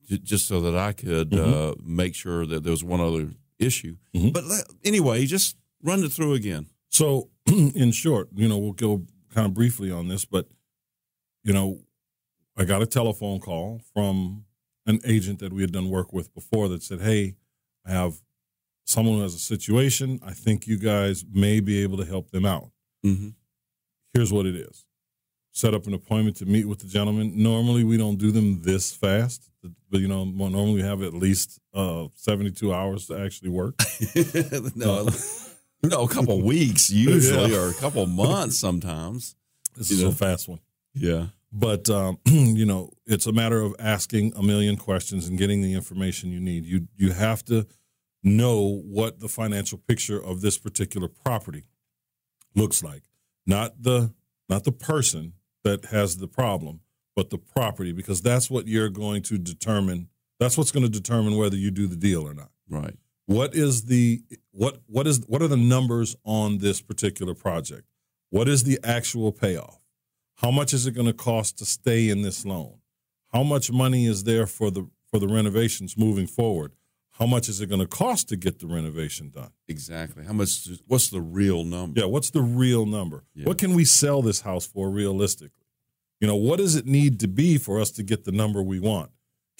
B: j- just so that I could uh, make sure that there was one other issue. But le- anyway, just run it through again.
C: So, in short, you know, we'll go kind of briefly on this, but you know, I got a telephone call from an agent that we had done work with before that said, "Hey, I have someone who has a situation. I think you guys may be able to help them out.
B: Mhm.
C: Here's what it is: set up an appointment to meet with the gentleman. Normally, we don't do them this fast, but you know, normally we have at least uh, 72 hours to actually work.
B: no, no, a couple weeks usually,
C: Yeah.
B: or a couple months sometimes.
C: This is
B: Yeah.
C: a fast one."
B: Yeah.
C: but um, you know it's a matter of asking a million questions and getting the information you need you you have to know what the financial picture of this particular property looks like not the not the person that has the problem but the property because that's what you're going to determine that's what's going to determine whether you do the deal or not
B: Right.
C: what is the what what is what are the numbers on this particular project what is the actual payoff how much is it going to cost to stay in this loan how much money is there for the for the renovations moving forward how much is it going to cost to get the renovation done
B: Exactly. How much? What's the real number?
C: yeah what's the real number
B: Yeah.
C: what can we sell this house for realistically you know what does it need to be for us to get the number we want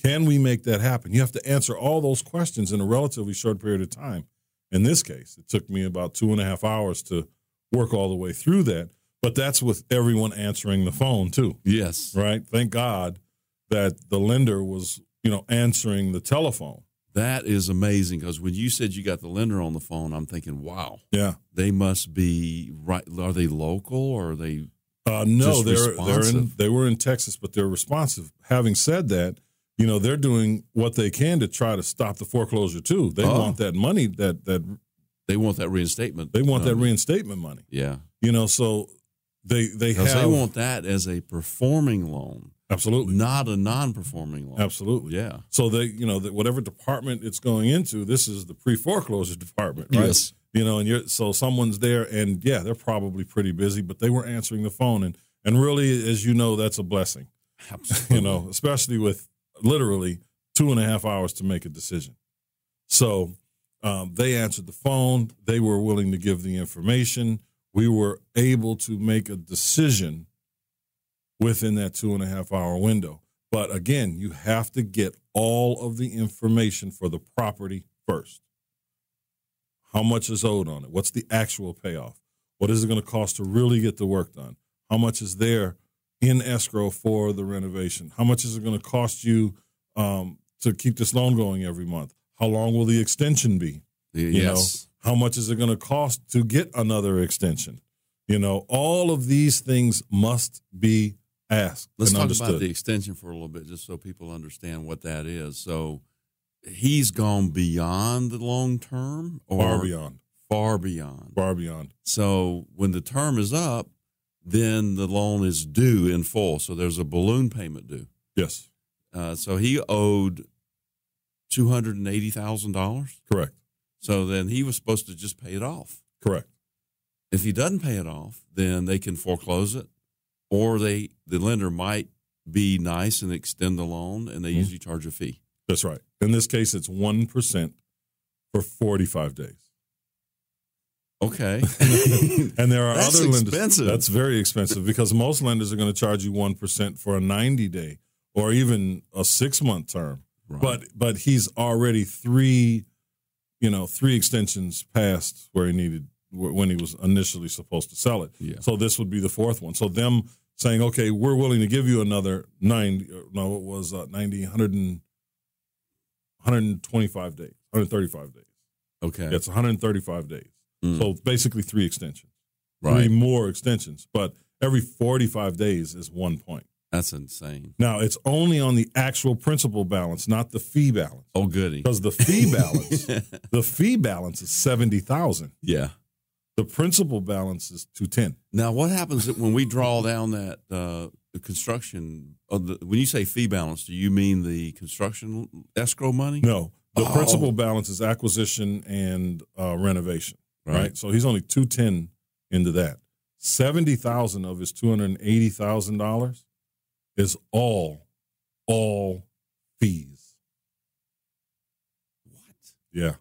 C: can we make that happen you have to answer all those questions in a relatively short period of time in this case it took me about two and a half hours to work all the way through that but that's with everyone answering the phone too
B: Yes.
C: right thank god that the lender was you know answering the telephone
B: That is amazing because when you said you got the lender on the phone, I'm thinking, wow.
C: yeah
B: they must be right. Are they local or are they?
C: Uh, no,
B: Just
C: they're, they're in,
B: responsive.
C: they were in Texas, but they're responsive. Having said that, you know they're doing what they can to try to stop the foreclosure too. They
B: Oh.
C: want that money that that
B: They want that reinstatement.
C: they want that
B: Um,
C: reinstatement money.
B: yeah,
C: You know, so they they
B: because
C: have
B: they want that as a performing loan,
C: absolutely
B: not a non-performing loan.
C: absolutely
B: Yeah.
C: So they you know that whatever department it's going into, this is the pre foreclosure department, right?
B: Yes.
C: You know, and you're so someone's there, and yeah, they're probably pretty busy, but they were answering the phone, and and really, as you know, that's a blessing.
B: Absolutely.
C: you know, especially with literally two and a half hours to make a decision. So um, they answered the phone. They were willing to give the information. we were able to make a decision within that two and a half hour window. But again, you have to get all of the information for the property first. How much is owed on it? What's the actual payoff? What is it going to cost to really get the work done? How much is there in escrow for the renovation? How much is it going to cost you um, to keep this loan going every month? How long will the extension be? You
B: yes.
C: know, how much is it going to cost to get another extension? You know, all of these things must be asked
B: Let's
C: and
B: talk
C: understood.
B: about the extension for a little bit, just so people understand what that is. So he's gone beyond the long term, or
C: far beyond,
B: Far beyond.
C: far beyond.
B: So when the term is up, then the loan is due in full. So there's a balloon payment due.
C: Yes,
B: Uh, so he owed two hundred and eighty thousand dollars.
C: correct,
B: So then he was supposed to just pay it off.
C: correct.
B: If he doesn't pay it off, then they can foreclose it, or they the lender might be nice and extend the loan, and they usually charge a fee.
C: That's right. In this case, it's one percent for forty-five days.
B: Okay,
C: And there are
B: That's
C: other lenders.
B: expensive.
C: That's very expensive because most lenders are going to charge you one percent for a ninety-day or even a six-month term.
B: Right.
C: But but he's already three, you know, three extensions past where he needed wh- when he was initially supposed to sell it.
B: Yeah.
C: So this would be the fourth one. So them saying, okay, we're willing to give you another nine. No, it was uh, 90, 100 and, 125 days, 135 days.
B: okay,
C: That's 135 days.
B: Mm.
C: So basically three extensions three
B: right.
C: more extensions, but every 45 days is one point.
B: That's insane.
C: Now, it's only on the actual principal balance, not the fee balance.
B: Oh, goody.
C: Because the fee balance, the fee balance is 70,000.
B: Yeah.
C: The principal balance is 210.
B: Now, what happens that when we draw down that uh, the construction? Of the, when you say fee balance, do you mean the construction escrow money?
C: No, the
B: Oh.
C: principal balance is acquisition and uh, renovation, right.
B: Right.
C: So he's only 210 into that. 70,000 of his $280,000 is all all fees.
B: What?
C: Yeah.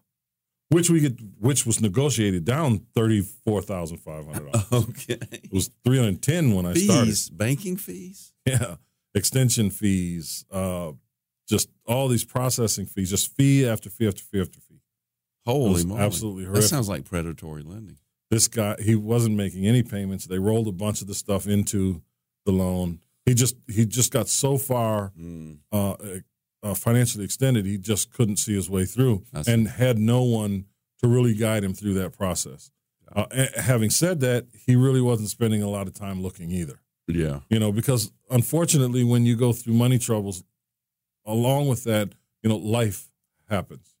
C: Which we get which was negotiated down thirty four thousand five hundred dollars.
B: Okay.
C: It was three hundred and ten when I
B: fees,
C: started.
B: banking fees.
C: Yeah. Extension fees, uh just all these processing fees, just fee after fee after fee after fee. It
B: Holy
C: was
B: moly!
C: absolutely
B: That
C: horrific.
B: sounds like predatory lending.
C: This guy he wasn't making any payments. They rolled a bunch of the stuff into the loan. He just he just got so far
B: Hmm.
C: uh, uh, financially extended, he just couldn't see his way through
B: That's-
C: and had no one to really guide him through that process. Uh, a- having said that, he really wasn't spending a lot of time looking either.
B: Yeah.
C: You know, because unfortunately, when you go through money troubles, along with that, you know, life happens,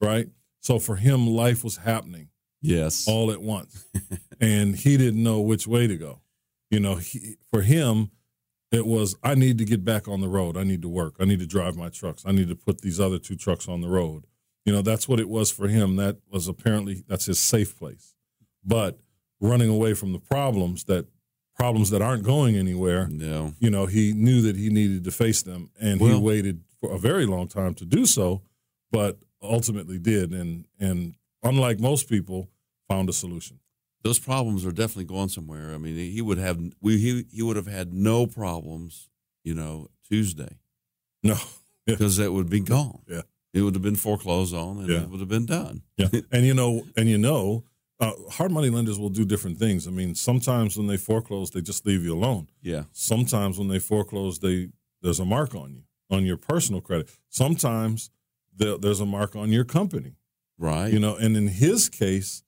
C: right? So for him, life was happening
B: Yes.
C: all at once, and he didn't know which way to go. You know, he, for him, it was I need to get back on the road. I need to work. I need to drive my trucks. I need to put these other two trucks on the road. You know, that's what it was for him. That was apparently that's his safe place. But running away from the problems that problems that aren't going anywhere.
B: no.
C: You know, he knew that he needed to face them, and
B: Well-
C: he waited for a very long time to do so, but ultimately did. And and unlike most people, found a solution.
B: Those problems are definitely going somewhere. I mean, he would have we he, he would have had no problems, you know, Tuesday
C: No,
B: because that would be gone.
C: Yeah.
B: It would have been foreclosed on, and
C: Yeah.
B: it would have been done.
C: Yeah, and you know, and you know, uh, hard money lenders will do different things. I mean, sometimes when they foreclose, they just leave you alone.
B: Yeah.
C: Sometimes when they foreclose, they there's a mark on you on your personal credit. Sometimes there, there's a mark on your company.
B: Right.
C: You know, and in his case,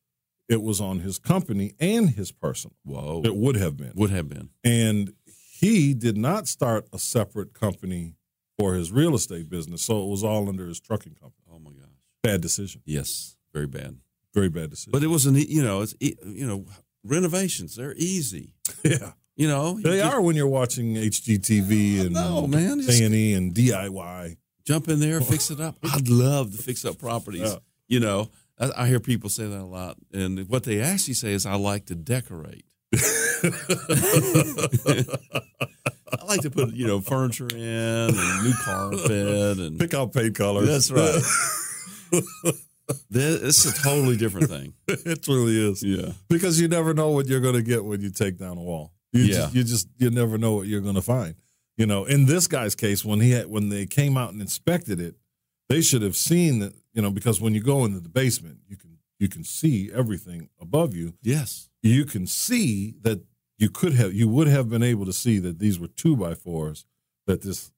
C: it was on his company and his personal.
B: Whoa.
C: It would have been.
B: would have been.
C: And he did not start a separate company for his real estate business. So it was all under his trucking company.
B: Oh my gosh.
C: Bad decision.
B: Yes, very bad.
C: Very bad decision.
B: But it was an e- you know it's e- you know renovations they're easy.
C: yeah.
B: You know You
C: They
B: just
C: are when you're watching HGTV and
B: No, man, it's-
C: A&E and DIY.
B: Jump in there, fix it up. I'd love to fix up properties.
C: Yeah.
B: You know, I, I hear people say that a lot, and what they actually say is, "I like to decorate." I like to put you know furniture in and new carpet and
C: Pick out paint colors.
B: that's right. This, this is a totally different thing.
C: it really is.
B: Yeah.
C: Because you never know what you're going to get when you take down a wall. You
B: Yeah.
C: Just, you just you never know what you're going to find. You know, in this guy's case, when he had, when they came out and inspected it, they should have seen that. You know, because when you go into the basement, you can you can see everything above you.
B: Yes.
C: You can see that you could have you would have been able to see that these were two by fours. That this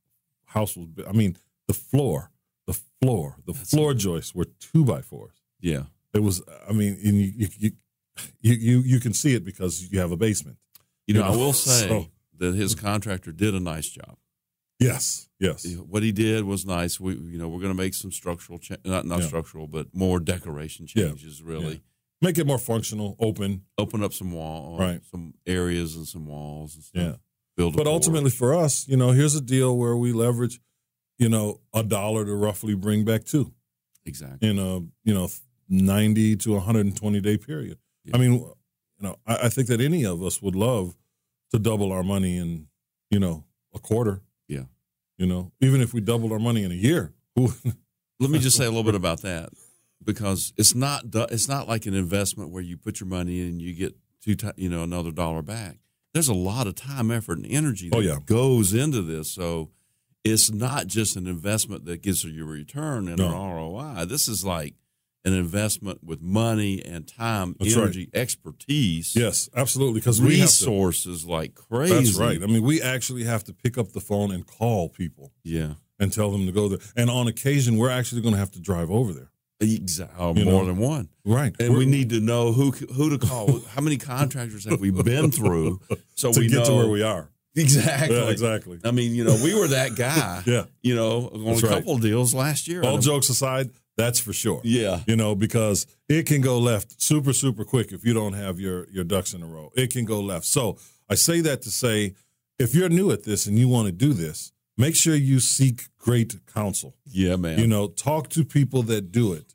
C: house was. I mean, the floor, the floor, the floor joists were two by fours.
B: Yeah.
C: It was. I mean, and you you you you, you, you can see it because you have a basement.
B: You know,
C: You
B: I
C: know,
B: will say
C: so-
B: that his contractor did a nice job.
C: Yes. Yes.
B: What he did was nice. We, you know, we're going to make some structural, cha- not not
C: Yeah.
B: structural, but more decoration
C: Yeah.
B: changes. Really
C: Make it more functional, open.
B: open up some walls,
C: Right.
B: some areas and some walls and stuff.
C: Yeah.
B: Build. a
C: But
B: board.
C: ultimately, for us, you know, here's a deal where we leverage, you know, a dollar to roughly bring back two
B: exactly.
C: in a you know ninety to one hundred and twenty day period.
B: Yeah.
C: I mean, you know, I, I think that any of us would love to double our money in you know a quarter.
B: Yeah.
C: You know, even if we doubled our money in a year, who
B: Let me just say a little bit about that because it's not do- it's not like an investment where you put your money in and you get two ti you know another dollar back. There's a lot of time, effort, and energy that
C: Oh, yeah.
B: goes into this. So it's not just an investment that gives you a return and an
C: No.
B: ROI. This is like an investment with money and time,
C: That's right.
B: energy, expertise,
C: Yes, absolutely. Because we have to,
B: resources like crazy.
C: that's right. I mean, we actually have to pick up the phone and call people
B: Yeah.
C: and tell them to go there. And on occasion, we're actually going to have to drive over there.
B: Exactly.
C: You
B: More
C: know.
B: than one.
C: Right.
B: and we need to know who who to call. How many contractors have we been through? So
C: to
B: we
C: get
B: know
C: to where we are.
B: exactly.
C: Yeah, exactly.
B: I mean, you know, we were that guy.
C: Yeah.
B: You know, on
C: That's
B: a
C: right.
B: couple deals last year.
C: All
B: And-
C: jokes aside, that's for sure.
B: Yeah.
C: You know, because it can go left super, super quick if you don't have your your ducks in a row. It can go left. So I say that to say, if you're new at this and you want to do this, make sure you seek great counsel.
B: Yeah, man.
C: You know, talk to people that do it.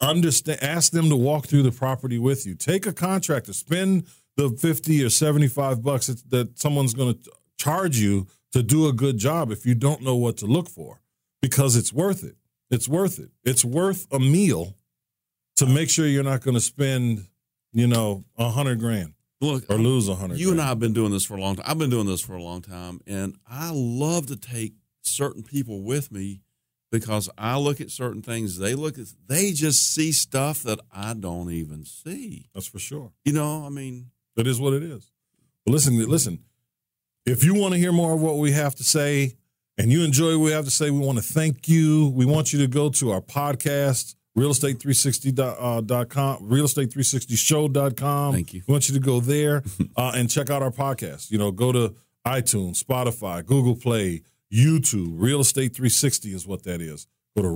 C: Understand. Ask them to walk through the property with you. Take a contractor. Spend the fifty or seventy-five bucks that- that someone's going to charge you to do a good job if you don't know what to look for, because it's worth it. It's worth it. It's worth a meal to make sure you're not going to spend, you know, a hundred grand
B: look,
C: or lose a hundred.
B: you and I have been doing this for a long time. I've been doing this for a long time, and I love to take certain people with me because I look at certain things. They look at. They just see stuff that I don't even see.
C: That's for sure.
B: You know, I mean,
C: That is what it is. But listen, listen. If you want to hear more of what we have to say and you enjoy what we have to say, we want to thank you. We want you to go to our podcast, uh, realestate360.com, realestate360show.com.
B: Thank you.
C: We want you to go there uh, and check out our podcast. You know, go to iTunes, Spotify, Google Play, YouTube. Real Estate 360 is what that is. Go to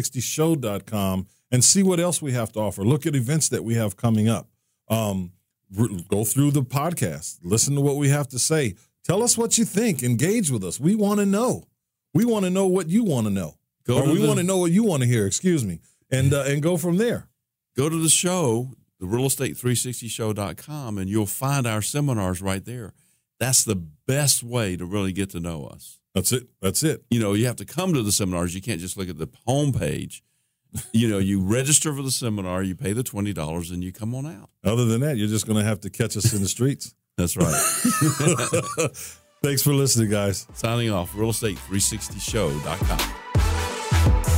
C: realestate360show.com and see what else we have to offer. Look at events that we have coming up. Um, r- go through the podcast, listen to what we have to say. Tell us what you think. Engage with us. We want to know. We want to know what you want to know.
B: Go
C: or
B: to
C: we
B: the-
C: want to know what you want to hear. Excuse me, and uh, and go from there.
B: go to the show, the realestate360show.com, and you'll find our seminars right there. That's the best way to really get to know us.
C: That's it. That's it.
B: You know, you have to come to the seminars. You can't just look at the homepage. You know, you register for the seminar, you pay the $20, and you come on out.
C: Other than that, you're just going to have to catch us in the streets.
B: That's right.
C: Thanks for listening, guys.
B: Signing off, realestate360show.com.